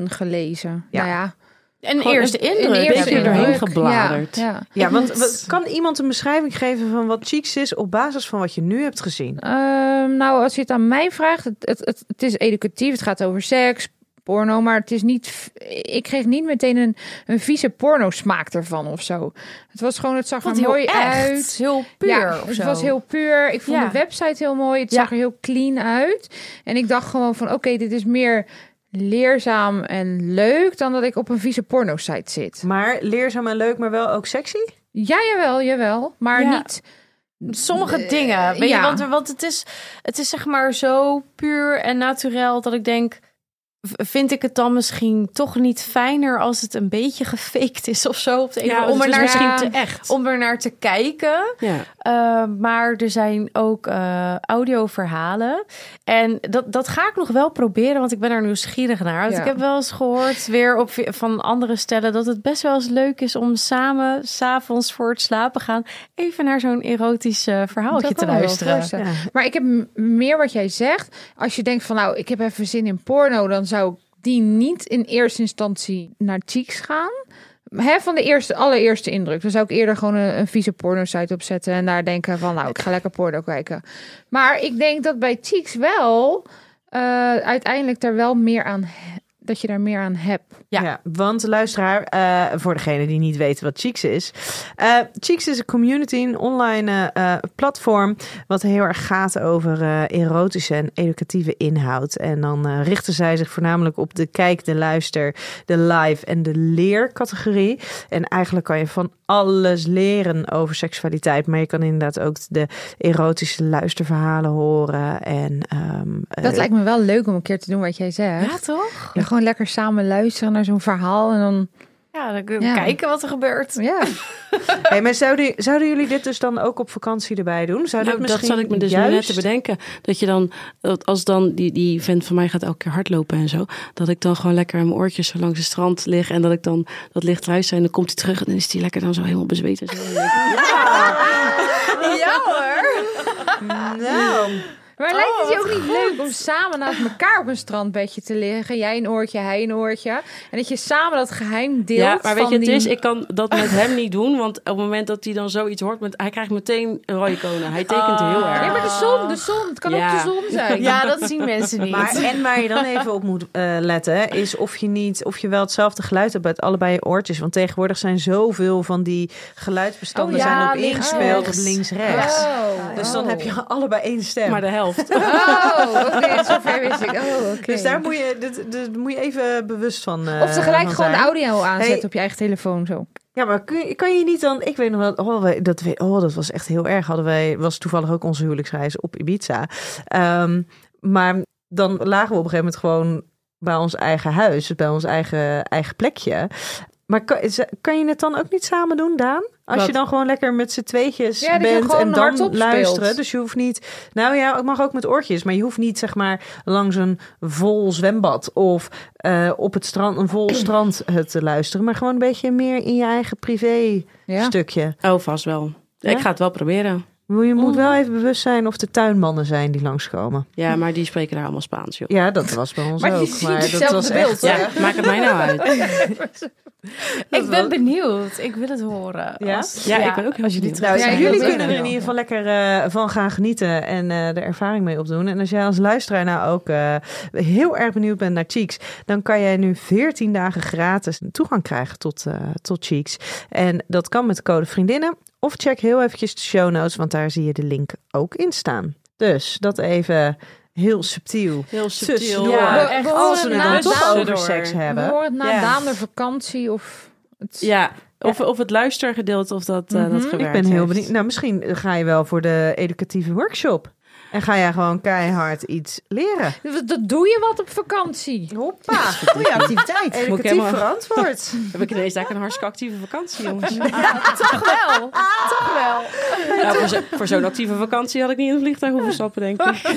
Speaker 3: ingelezen.
Speaker 7: Ja.
Speaker 3: Nou ja,
Speaker 4: een
Speaker 2: Gewoon
Speaker 4: eerste
Speaker 2: een- een
Speaker 4: indruk.
Speaker 2: eerste Beetje
Speaker 4: hebben we.
Speaker 2: doorheen
Speaker 3: indruk.
Speaker 2: gebladerd.
Speaker 3: Ja, ja.
Speaker 7: Ja, want wat- kan iemand een beschrijving geven van wat Cheeks is op basis van wat je nu hebt gezien?
Speaker 3: Ehm, nou, als je het aan mij vraagt, het, het, het, het is educatief, het gaat over seks, porno, maar het is niet. f- Ik kreeg niet meteen een, een vieze porno smaak ervan of zo. Het was gewoon, het
Speaker 4: Ik
Speaker 3: zag
Speaker 4: vond
Speaker 3: er
Speaker 4: het heel
Speaker 3: mooi
Speaker 4: echt.
Speaker 3: uit.
Speaker 4: Heel puur.
Speaker 3: ja,
Speaker 4: of
Speaker 3: het
Speaker 4: zo.
Speaker 3: was heel puur. Ik vond
Speaker 4: Ja.
Speaker 3: de website heel mooi. Het
Speaker 4: Ja.
Speaker 3: zag er heel clean uit. En ik dacht gewoon van, oké, dit is meer leerzaam en leuk dan dat ik op een vieze porno site zit.
Speaker 7: Maar leerzaam en leuk, maar wel ook sexy?
Speaker 3: Ja, jawel, jawel, maar
Speaker 4: Ja.
Speaker 3: niet.
Speaker 4: Sommige
Speaker 2: Eh,
Speaker 4: dingen. Weet
Speaker 3: ja.
Speaker 4: je, want, er- want het, is, het is zeg maar zo puur en naturel dat ik denk... v- vind ik het dan misschien toch niet fijner als het een beetje gefaked is of zo. Op de ene
Speaker 2: Ja,
Speaker 4: om,
Speaker 2: want
Speaker 4: er
Speaker 2: het
Speaker 4: naar,
Speaker 2: is
Speaker 4: misschien
Speaker 2: misschien
Speaker 4: te,
Speaker 2: te echt.
Speaker 4: om er naar te kijken.
Speaker 2: Ja.
Speaker 4: Eh, maar er zijn ook eh, audioverhalen. En dat, dat ga ik nog wel proberen, want ik ben er nieuwsgierig naar. Want
Speaker 3: Ja.
Speaker 4: ik heb wel eens gehoord weer op, van andere stellen dat het best wel eens leuk is om samen, s'avonds voor het slapen gaan, even naar zo'n erotisch eh, verhaaltje
Speaker 3: Dat
Speaker 4: te
Speaker 3: kan ik me wel
Speaker 4: luisteren.
Speaker 3: voorstellen. Maar ik heb m- meer wat jij zegt. Als je denkt van nou, ik heb even zin in porno, dan zou ik die niet in eerste instantie naar Cheeks gaan. Hè, van de eerste, allereerste indruk. Dan zou ik eerder gewoon een, een vieze porno-site opzetten en daar denken van nou, ik ga lekker porno kijken. Maar ik denk dat bij Cheeks wel eh, uiteindelijk er wel meer aan, he- dat je daar meer aan hebt.
Speaker 4: Ja.
Speaker 7: Ja. want luisteraar, eh, voor degene die niet weten wat Cheeks is. eh Cheeks is een community, een online eh, eh, platform. wat heel erg gaat over eh, erotische en educatieve inhoud. En dan eh, richten zij zich voornamelijk op de kijk, de luister, de live en de leercategorie. En eigenlijk kan je van alles leren over seksualiteit. Maar je kan inderdaad ook de erotische luisterverhalen horen. En, ehm, eh,
Speaker 3: Dat lijkt me wel leuk om een keer te doen wat jij zegt.
Speaker 4: Ja, toch?
Speaker 3: En gewoon lekker samen luisteren naar zo'n verhaal en dan...
Speaker 4: Ja, dan kunnen we
Speaker 3: Ja.
Speaker 4: kijken wat er gebeurt.
Speaker 3: Ja,
Speaker 7: Hey, maar zouden, zouden jullie dit dus dan ook op vakantie erbij doen?
Speaker 2: Nou,
Speaker 7: Zou dat,
Speaker 2: dat
Speaker 7: misschien
Speaker 2: zat ik me dus nu net
Speaker 7: juist...
Speaker 2: te bedenken. Dat je dan, dat als dan die, die vent van mij gaat elke keer hardlopen en zo. Dat ik dan gewoon lekker in mijn oortjes zo langs het strand lig. En dat ik dan dat licht luister. En dan komt hij terug en dan is hij lekker dan zo helemaal bezweet. En zo. En dan denk ik,
Speaker 4: Ja hoor.
Speaker 7: Nou,
Speaker 3: Maar lijkt het je ook niet leuk om samen naast elkaar op een strandbedje te liggen? Jij een oortje, hij een oortje. En dat je samen dat geheim deelt.
Speaker 2: Ja, maar weet
Speaker 3: van
Speaker 2: je, het
Speaker 3: die...
Speaker 2: is, ik kan dat met hem niet doen. Want op het moment dat hij dan zoiets hoort, met, hij krijgt meteen een rode konen. Hij tekent heel erg.
Speaker 3: Nee, maar de zon, de zon. Het kan
Speaker 2: Ja.
Speaker 3: ook de zon zijn.
Speaker 4: Ja, dat zien mensen niet.
Speaker 7: maar, en waar je dan even op moet eh, letten, hè, is of je niet, of je wel hetzelfde geluid hebt bij allebei je oortjes. Want tegenwoordig zijn zoveel van die geluidsbestanden
Speaker 3: Oh ja,
Speaker 7: zijn op
Speaker 3: links,
Speaker 7: ingespeeld
Speaker 3: rechts.
Speaker 7: op links-rechts.
Speaker 3: Oh.
Speaker 7: Dus dan heb je allebei één stem.
Speaker 2: Maar de helft.
Speaker 3: Oh, oké, zover wist ik. Oh, oké.
Speaker 7: Dus daar moet je, dit, dit moet je even bewust van eh,
Speaker 3: Of tegelijk
Speaker 7: van
Speaker 3: gewoon de
Speaker 7: zijn.
Speaker 3: audio aanzetten
Speaker 7: Hey.
Speaker 3: op je eigen telefoon. Zo.
Speaker 7: Ja, maar kun je, kan je niet dan... Ik weet nog wel... Oh, wij- dat, we- oh, dat was echt heel erg. Hadden wij, was toevallig ook onze huwelijksreis op Ibiza. Ehm, maar dan lagen we op een gegeven moment gewoon bij ons eigen huis. dus Bij ons eigen, eigen plekje. Maar kan, is- kan je het dan ook niet samen doen, Daan? Als
Speaker 2: Wat?
Speaker 7: je dan gewoon lekker met z'n tweetjes
Speaker 3: Ja, dat je
Speaker 7: bent
Speaker 3: gewoon
Speaker 7: en
Speaker 3: hardop
Speaker 7: dan luisteren.
Speaker 3: speelt.
Speaker 7: Dus je hoeft niet... Nou ja, het mag ook met oortjes. Maar je hoeft niet zeg maar langs een vol zwembad of eh, op het strand, een
Speaker 3: (clears throat)
Speaker 7: vol strand eh, te luisteren. Maar gewoon een beetje meer in je eigen privé
Speaker 3: Ja.
Speaker 7: stukje.
Speaker 2: (laughs) Oh, vast wel. Ik ga het wel proberen.
Speaker 7: Maar Je moet wel even bewust zijn of er tuinmannen zijn die langskomen.
Speaker 2: Ja, maar die spreken daar allemaal Spaans, joh.
Speaker 7: Ja, dat was bij ons
Speaker 3: Maar die
Speaker 7: ook.
Speaker 3: zien
Speaker 7: maar dat
Speaker 3: hetzelfde
Speaker 7: was
Speaker 3: beeld,
Speaker 7: echt...
Speaker 3: hè?
Speaker 7: Ja.
Speaker 2: Ja, maakt het mij nou uit.
Speaker 4: ik ben benieuwd. Ik wil het horen.
Speaker 7: Ja?
Speaker 4: Als-
Speaker 2: Ja, ik ben ook heel
Speaker 4: als jullie
Speaker 2: benieuwd.
Speaker 4: trouwens
Speaker 3: Ja,
Speaker 4: zijn.
Speaker 3: ik
Speaker 7: Jullie
Speaker 3: wil het
Speaker 7: kunnen er in ieder geval lekker eh, van gaan genieten en eh er ervaring mee opdoen. En als jij als luisteraar nou ook eh, heel erg benieuwd bent naar Cheeks, dan kan jij nu 14 dagen gratis toegang krijgen tot, eh, tot Cheeks. En dat kan met code vriendinnen. Of check heel eventjes de show notes, want daar zie je de link ook in staan. Dus dat even heel subtiel.
Speaker 2: Heel subtiel.
Speaker 7: Tussendoor.
Speaker 3: We-
Speaker 2: Ja,
Speaker 3: we, horen
Speaker 7: Als
Speaker 3: het
Speaker 7: we het dan
Speaker 3: na
Speaker 7: toch
Speaker 3: Daan-
Speaker 7: over seks
Speaker 3: Oh, nou, we
Speaker 7: hebben.
Speaker 3: horen het na
Speaker 2: Ja.
Speaker 3: Daan de vakantie of... Het...
Speaker 2: ja. Of, of het luistergedeelte of dat, eh, dat
Speaker 7: Ik
Speaker 2: gewerkt
Speaker 7: ben heel
Speaker 2: heeft.
Speaker 7: benieuwd. Nou, misschien ga je wel voor de educatieve workshop. En ga jij gewoon keihard iets leren.
Speaker 3: Dat dat doe je wat op vakantie.
Speaker 7: (laughs) Hoppa.
Speaker 5: Goede activiteit.
Speaker 2: Moet ik
Speaker 7: Educatief
Speaker 2: helemaal-
Speaker 7: verantwoord.
Speaker 2: Heb ik ineens eigenlijk een hartstikke actieve vakantie, (laughs) jongens.
Speaker 3: Toch wel.
Speaker 2: Nou, voor zo- voor zo'n actieve vakantie had ik niet in een vliegtuig hoeven stappen, denk ik.
Speaker 7: (laughs)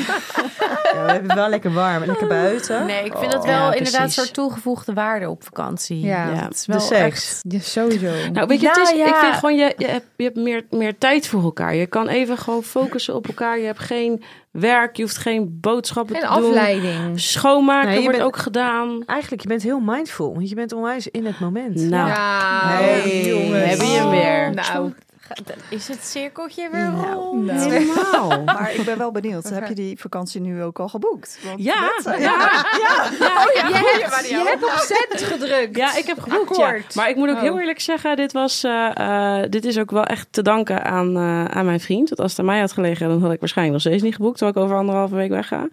Speaker 7: Ja, we hebben het wel lekker warm en lekker buiten.
Speaker 4: Nee, ik vind dat wel
Speaker 7: Oh. Ja,
Speaker 4: inderdaad een
Speaker 7: precies.
Speaker 4: soort toegevoegde waarde op vakantie.
Speaker 3: Ja.
Speaker 4: het is wel
Speaker 7: De seks.
Speaker 4: echt-
Speaker 3: Ja, sowieso.
Speaker 2: Nou, weet je, het
Speaker 4: Ja,
Speaker 2: is, ik
Speaker 4: ja.
Speaker 2: vind gewoon, je, je hebt, je hebt meer, meer tijd voor elkaar. Je kan even gewoon focussen op elkaar. Je hebt geen werk, je hoeft geen boodschappen
Speaker 3: En
Speaker 2: te doen.
Speaker 3: afleiding.
Speaker 2: Schoonmaken
Speaker 7: Nee, je
Speaker 2: wordt
Speaker 7: bent-
Speaker 2: ook gedaan.
Speaker 7: Eigenlijk, je bent heel mindful. Want je bent onwijs in het moment.
Speaker 2: Nou,
Speaker 3: Ja,
Speaker 7: Hey,
Speaker 3: jongens.
Speaker 2: hebben je hem weer.
Speaker 3: Nou,
Speaker 4: Dan is het cirkeltje weer
Speaker 7: Nou,
Speaker 4: rond.
Speaker 2: helemaal.
Speaker 6: Maar ik ben wel benieuwd. Heb je die vakantie nu ook al geboekt? Want
Speaker 2: Ja,
Speaker 6: dit,
Speaker 2: ja,
Speaker 6: eh,
Speaker 2: ja.
Speaker 3: je, hebt, je hebt op zet gedrukt.
Speaker 2: Ja, ik heb geboekt. Ja.
Speaker 3: Akkoord.
Speaker 2: Maar ik moet ook
Speaker 3: Oh.
Speaker 2: heel eerlijk zeggen, dit, was, eh, eh, dit is ook wel echt te danken aan, eh, aan mijn vriend. Want als het aan mij had gelegen, dan had ik waarschijnlijk nog steeds niet geboekt. Terwijl ik over anderhalve week wegga.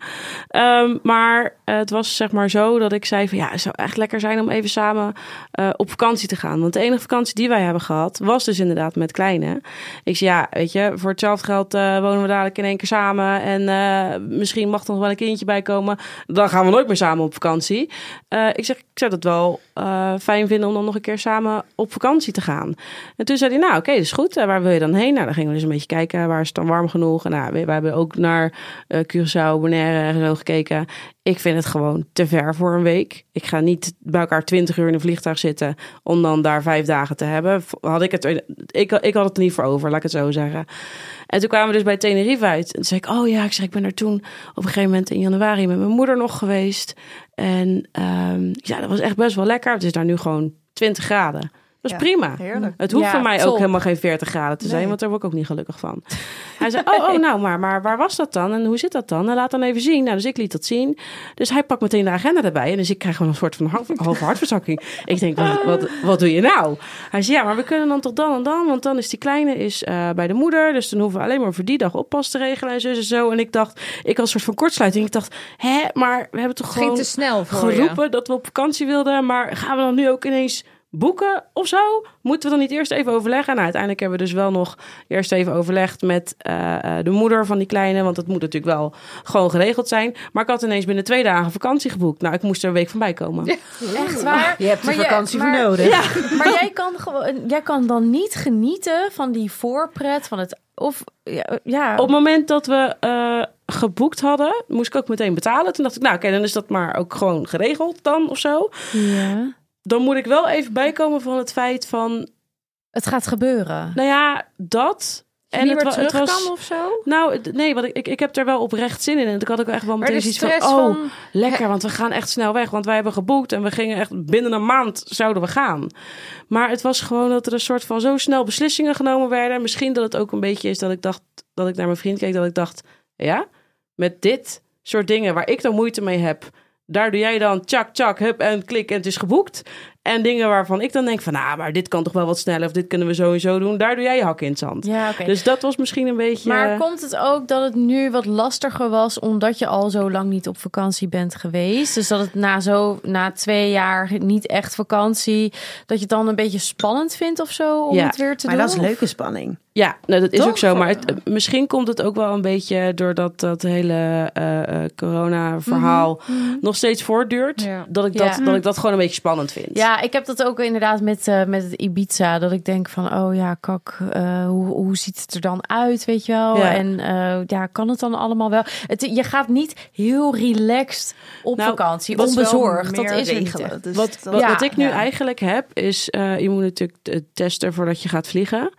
Speaker 2: Ehm, maar eh, het was zeg maar zo dat ik zei van ja, het zou echt lekker zijn om even samen eh, op vakantie te gaan. Want de enige vakantie die wij hebben gehad, was dus inderdaad met kleine. kleine. Ik zei, ja, weet je, voor hetzelfde geld eh, wonen we dadelijk in één keer samen. En eh, misschien mag er nog wel een kindje bij komen. Dan gaan we nooit meer samen op vakantie. Eh, ik zeg, ik zou dat wel eh, fijn vinden om dan nog een keer samen op vakantie te gaan. En toen zei hij, nou oké, dat is goed. Eh, waar wil je dan heen? Nou, dan gingen we dus een beetje kijken. Waar is het dan warm genoeg? En nou, we, we hebben ook naar eh, Curaçao, Bonaire en zo gekeken. Ik vind het gewoon te ver voor een week. Ik ga niet bij elkaar 20 uur in een vliegtuig zitten om dan daar vijf dagen te hebben. V- Had ik, het, ik, ik had het er niet voor over, laat ik het zo zeggen. En toen kwamen we dus bij Tenerife uit. En toen zei ik, oh ja, ik, zeg, ik ben er toen op een gegeven moment in januari met mijn moeder nog geweest. En ehm, ja, dat was echt best wel lekker. Het is daar nu gewoon 20 graden. Dat is
Speaker 6: Ja,
Speaker 2: prima.
Speaker 6: Heerlijk.
Speaker 2: Het hoeft
Speaker 4: Ja,
Speaker 2: voor mij ook
Speaker 4: top.
Speaker 2: helemaal geen 40 graden te zijn, want daar word ik ook niet gelukkig van. Hij zei, oh, oh nou, maar, maar waar was dat dan? En hoe zit dat dan? En laat dan even zien. Nou, dus ik liet dat zien. Dus hij pakt meteen de agenda erbij. En dus ik krijg gewoon een soort van half- halve hartverzakking. Ik denk, wat, wat, wat doe je nou? Hij zei, ja, maar we kunnen dan toch dan en dan. Want dan is die kleine is, eh, bij de moeder. Dus dan hoeven we alleen maar voor die dag oppas te regelen en zo en zo. En ik dacht, ik had een soort van kortsluiting. Ik dacht, hè, maar we hebben toch
Speaker 3: Het ging
Speaker 2: gewoon
Speaker 3: te snel voor
Speaker 2: geroepen dat we op vakantie wilden. Maar gaan we dan nu ook ineens boeken of zo? Moeten we dan niet eerst even overleggen? Nou, uiteindelijk hebben we dus wel nog eerst even overlegd met eh, eh, de moeder van die kleine. Want dat moet natuurlijk wel gewoon geregeld zijn. Maar ik had ineens binnen twee dagen vakantie geboekt. Nou, ik moest er een week van bij komen.
Speaker 4: Echt waar?
Speaker 7: (laughs) Je hebt er
Speaker 4: Maar jij-
Speaker 7: vakantie
Speaker 4: maar-
Speaker 7: voor nodig.
Speaker 4: Maar jij kan, gewoon, jij kan dan niet genieten van die voorpret van het. Of ja, ja.
Speaker 2: Op het moment dat we eh, geboekt hadden, moest ik ook meteen betalen. Toen dacht ik, nou oké, dan is dat maar ook gewoon geregeld dan of zo.
Speaker 4: Ja.
Speaker 2: Dan moet ik wel even bijkomen van het feit van,
Speaker 4: Het gaat gebeuren.
Speaker 2: nou ja, dat...
Speaker 3: En niet
Speaker 2: het,
Speaker 3: meer
Speaker 2: wa-
Speaker 3: terug
Speaker 2: het was,
Speaker 3: kan of zo?
Speaker 2: Nou, d- nee, want ik, ik, ik heb er wel oprecht zin in. En ik had ook echt wel
Speaker 3: Maar
Speaker 2: meteen
Speaker 3: de
Speaker 2: zoiets van,
Speaker 3: stress
Speaker 2: oh,
Speaker 3: van...
Speaker 2: lekker, want we gaan echt snel weg. Want wij hebben geboekt en we gingen echt binnen een maand zouden we gaan. Maar het was gewoon dat er een soort van zo snel beslissingen genomen werden. Misschien dat het ook een beetje is dat ik dacht, dat ik naar mijn vriend keek, dat ik dacht, ja, met dit soort dingen waar ik dan moeite mee heb. Daar doe jij dan tjak, tjak, hup en klik en het is geboekt. En dingen waarvan ik dan denk van, nou, maar dit kan toch wel wat sneller of dit kunnen we zo en zo doen. Daar doe jij je hak in het zand.
Speaker 4: Ja, oké.
Speaker 2: Dus dat was misschien een beetje...
Speaker 4: Maar komt het ook dat het nu wat lastiger was omdat je al zo lang niet op vakantie bent geweest? Dus dat het na zo na twee jaar niet echt vakantie, dat je het dan een beetje spannend vindt of zo om
Speaker 2: Ja,
Speaker 4: het weer te
Speaker 5: Maar
Speaker 4: doen?
Speaker 5: dat is leuke spanning.
Speaker 2: Ja, nou, dat is
Speaker 4: Toch?
Speaker 2: ook zo. Maar het, eh, misschien komt het ook wel een beetje doordat dat hele eh, eh, corona-verhaal nog steeds voortduurt.
Speaker 3: Ja.
Speaker 2: Dat, ik dat,
Speaker 4: Mhm, Ja.
Speaker 2: dat ik dat gewoon een beetje spannend vind.
Speaker 4: Ja, ik heb dat ook inderdaad met, eh, met het Ibiza. Dat ik denk van, oh ja, kak, eh, hoe, hoe ziet het er dan uit, weet je wel?
Speaker 2: Ja.
Speaker 4: En eh, ja, kan het dan allemaal wel? Het, je gaat niet heel relaxed op
Speaker 2: Nou,
Speaker 4: vakantie,
Speaker 2: dat is wel
Speaker 4: onbezorgd. Dat
Speaker 6: Meer
Speaker 4: is er niet
Speaker 6: regelen.
Speaker 4: echt.
Speaker 6: Dus
Speaker 2: Wat,
Speaker 6: dat-
Speaker 2: wat,
Speaker 4: Ja.
Speaker 2: wat ik nu eigenlijk heb, is eh, je moet natuurlijk eh, testen voordat je gaat vliegen.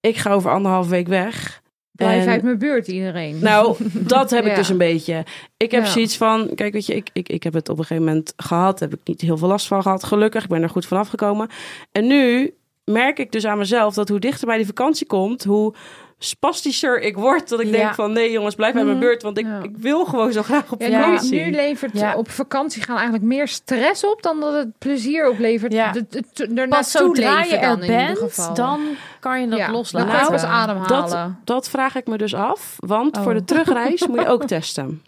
Speaker 2: Ik ga over anderhalf week weg.
Speaker 3: Blijf
Speaker 2: En-
Speaker 3: uit mijn buurt, iedereen. (laughs)
Speaker 2: Nou, dat heb ik
Speaker 3: Ja.
Speaker 2: dus een beetje. Ik heb
Speaker 3: Ja.
Speaker 2: zoiets van, kijk, weet je, ik, ik, ik heb het op een gegeven moment gehad. Heb ik niet heel veel last van gehad. Gelukkig, ik ben er goed van afgekomen. En nu merk ik dus aan mezelf dat hoe dichter bij die vakantie komt, hoe spastischer ik word. Dat ik denk
Speaker 4: Ja.
Speaker 2: van, nee jongens, blijf uit mijn beurt. Want ik,
Speaker 3: Mhm. Ja.
Speaker 2: ik wil gewoon zo graag op
Speaker 3: Ja,
Speaker 4: Ja.
Speaker 3: nu-
Speaker 2: vakantie.
Speaker 3: Nu levert
Speaker 4: Ja.
Speaker 3: op vakantie gaan eigenlijk meer stress op dan dat het plezier oplevert.
Speaker 4: Ja.
Speaker 3: De, de, de,
Speaker 4: Pas
Speaker 3: ernaartoe
Speaker 4: zodra je
Speaker 3: leven
Speaker 4: er
Speaker 3: dan in ieder
Speaker 4: bent,
Speaker 3: geval.
Speaker 4: dan kan je dat
Speaker 3: Ja,
Speaker 4: loslaten.
Speaker 3: Dan kan je
Speaker 2: Nou,
Speaker 3: pas ademhalen.
Speaker 2: Dat vraag ik me dus af. Want
Speaker 4: Oh.
Speaker 2: voor de terugreis moet je
Speaker 3: (laughs)
Speaker 2: ook testen.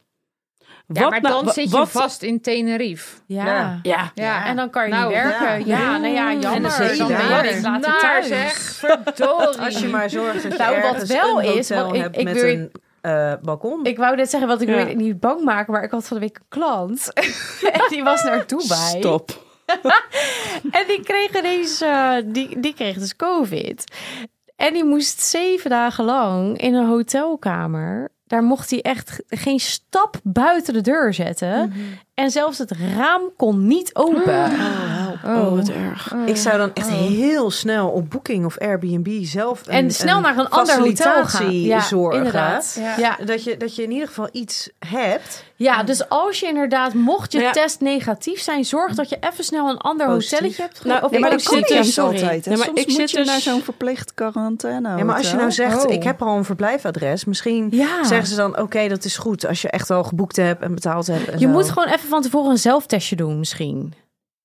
Speaker 3: ja, maar
Speaker 2: nou-
Speaker 3: dan
Speaker 2: wa-
Speaker 3: zit je
Speaker 2: wat- Ah,
Speaker 3: vast in Tenerife.
Speaker 4: ja.
Speaker 6: Ja.
Speaker 2: Ja,
Speaker 3: Ja.
Speaker 4: en dan kan je
Speaker 3: Nou,
Speaker 4: niet werken. Ja, nou ja,
Speaker 3: En
Speaker 4: jammer.
Speaker 3: dan
Speaker 7: zit je
Speaker 4: dan
Speaker 7: daar.
Speaker 4: ben je dus later
Speaker 3: Naar,
Speaker 4: thuis.
Speaker 3: zeg. Verdorie.
Speaker 7: Als je maar zorgt dat je
Speaker 4: Nou, wat
Speaker 7: ergens
Speaker 4: wel
Speaker 7: een hotel
Speaker 4: is, want ik-
Speaker 7: hebt
Speaker 4: ik
Speaker 7: met
Speaker 4: wil-
Speaker 7: een eh, balkon.
Speaker 4: Ik wou net zeggen wat ik
Speaker 2: Ja.
Speaker 4: me niet bang maak, maar ik had van de week een klant. (laughs) en die was naar Dubai.
Speaker 2: Stop.
Speaker 4: En die kreeg ineens, eh, die, die kreeg dus COVID. En die moest zeven dagen lang in een hotelkamer. Daar mocht hij echt geen stap buiten de deur zetten. En zelfs het raam kon niet open.
Speaker 2: Oh, wat erg.
Speaker 7: Ik zou dan echt heel snel op Booking of Airbnb zelf een,
Speaker 4: Oh. En snel naar een ander hotel gaan.
Speaker 7: facilitatie zorgen.
Speaker 4: inderdaad. Ja. Ja.
Speaker 7: Dat je, dat je in ieder geval iets hebt.
Speaker 4: dus als je inderdaad, mocht je
Speaker 2: Nou ja.
Speaker 4: test negatief zijn, zorg dat je even snel een ander
Speaker 7: Positief.
Speaker 4: hotelletje hebt. ge-
Speaker 2: Nou,
Speaker 4: of
Speaker 2: nee,
Speaker 6: maar
Speaker 4: een
Speaker 6: dat kan
Speaker 4: hoteltje,
Speaker 6: dus
Speaker 4: sorry.
Speaker 6: altijd. Hè?
Speaker 2: Nee, maar
Speaker 6: Soms
Speaker 2: ik
Speaker 6: moet
Speaker 2: zit
Speaker 6: je
Speaker 2: dus-
Speaker 6: naar zo'n verplicht quarantaine.
Speaker 7: Ja, maar als je nou zegt, ik heb al een verblijfadres. Misschien
Speaker 4: Ja.
Speaker 7: zeggen ze dan, oké, dat is goed. Als je echt al geboekt hebt en betaald hebt. en
Speaker 4: Je
Speaker 7: zo.
Speaker 4: moet gewoon even van tevoren een zelftestje doen misschien.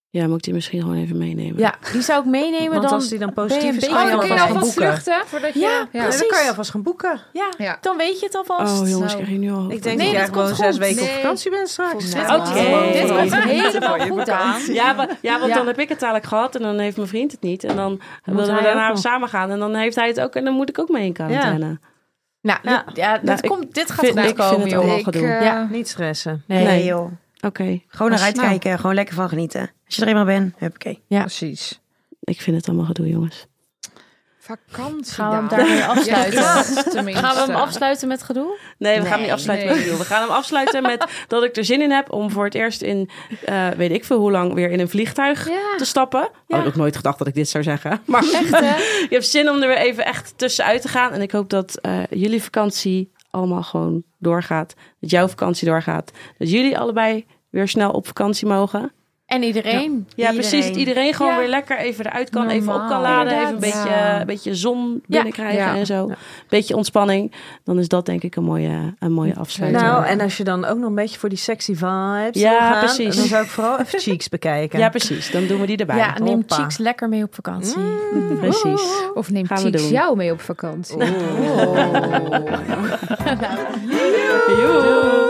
Speaker 9: Ja, moet ik die misschien gewoon even meenemen?
Speaker 4: Ja, die zou ik meenemen
Speaker 7: Want
Speaker 4: dan.
Speaker 7: als die dan
Speaker 4: ben je
Speaker 7: positief
Speaker 4: een
Speaker 7: is,
Speaker 4: beetje
Speaker 7: kan
Speaker 3: Oh, dan
Speaker 7: je
Speaker 3: kun je
Speaker 7: alvast gaan
Speaker 3: alvast
Speaker 7: boeken.
Speaker 3: vluchten voordat je...
Speaker 4: Ja,
Speaker 7: Ja, dan kan je
Speaker 4: precies.
Speaker 7: alvast gaan boeken.
Speaker 4: Ja,
Speaker 3: Ja.
Speaker 4: dan weet je het alvast.
Speaker 9: Oh jongens,
Speaker 4: Nou,
Speaker 9: krijg je nu al...
Speaker 7: Ik
Speaker 4: Nee,
Speaker 7: denk dat jij
Speaker 4: dat
Speaker 7: gewoon
Speaker 4: komt
Speaker 7: zes
Speaker 4: goed.
Speaker 7: weken op
Speaker 3: Nee.
Speaker 7: vakantie bent straks.
Speaker 4: Nou, dit
Speaker 2: Oké.
Speaker 4: komt-
Speaker 3: Oh,
Speaker 4: Dit komt
Speaker 6: Van je
Speaker 4: helemaal goed aan.
Speaker 6: vakantie.
Speaker 2: Ja, wa- ja, want
Speaker 4: Ja.
Speaker 2: dan heb ik het dadelijk gehad en dan heeft mijn vriend het niet. En dan willen we
Speaker 7: hij ook
Speaker 2: daarna
Speaker 7: nog.
Speaker 2: samen gaan en dan heeft hij het ook en dan moet ik ook mee in quarantaine.
Speaker 4: Nou,
Speaker 7: Ja.
Speaker 4: dit- ja, dit,
Speaker 2: Nou, ik
Speaker 4: komt, dit gaat
Speaker 2: vind-
Speaker 4: goed
Speaker 2: ik vind
Speaker 4: komen,
Speaker 2: het
Speaker 4: joh.
Speaker 2: allemaal
Speaker 3: Ik,
Speaker 2: gedoe.
Speaker 3: eh,
Speaker 4: Ja.
Speaker 7: Niet stressen.
Speaker 4: Nee,
Speaker 5: Nee, joh.
Speaker 2: Oké,
Speaker 5: Gewoon naar
Speaker 3: Als- nou.
Speaker 5: uitkijken. Gewoon lekker van genieten. Als je er eenmaal bent, huppakee.
Speaker 3: Precies.
Speaker 2: ik vind het allemaal gedoe, jongens.
Speaker 3: Vakantie
Speaker 4: Gaan we hem
Speaker 3: dan.
Speaker 4: daarmee afsluiten?
Speaker 3: Ja, dat tenminste.
Speaker 4: Gaan we hem afsluiten met gedoe?
Speaker 2: Nee, we gaan hem niet afsluiten
Speaker 3: nee.
Speaker 2: met gedoe. We gaan hem afsluiten (laughs) met dat ik er zin in heb om voor het eerst in, eh, weet ik veel hoe lang, weer in een vliegtuig
Speaker 4: Ja.
Speaker 2: te stappen.
Speaker 4: Ja.
Speaker 2: Had ik ook nooit gedacht dat ik dit zou zeggen. (laughs) Maar
Speaker 4: Echt, hè?
Speaker 2: je hebt zin om er weer even echt tussenuit te gaan. En ik hoop dat eh, jullie vakantie allemaal gewoon doorgaat. Dat jouw vakantie doorgaat. Dat jullie allebei weer snel op vakantie mogen.
Speaker 4: En iedereen.
Speaker 2: Ja, precies. Dat iedereen gewoon
Speaker 4: Ja.
Speaker 2: weer lekker even eruit kan. Even op
Speaker 3: Normaal.
Speaker 2: kan laden. Even
Speaker 4: Inderdaad.
Speaker 2: een beetje,
Speaker 3: Ja.
Speaker 2: een beetje zon binnenkrijgen
Speaker 3: Ja.
Speaker 2: en zo. Beetje ontspanning. Dan is dat denk ik een mooie, een mooie afsluiting.
Speaker 7: Nou, en als je dan ook nog een beetje voor die sexy vibes
Speaker 2: Ja,
Speaker 7: wil gaan,
Speaker 2: precies.
Speaker 7: dan zou ik vooral even Cheeks bekijken.
Speaker 2: Ja, precies. Dan doen we die erbij.
Speaker 4: Ja, neem
Speaker 7: Hoppa.
Speaker 4: Cheeks lekker mee op vakantie.
Speaker 2: Precies.
Speaker 3: Of neem
Speaker 2: Gaan we
Speaker 3: Cheeks
Speaker 2: doen.
Speaker 3: jou mee op vakantie.
Speaker 7: Oeh.
Speaker 2: Joe.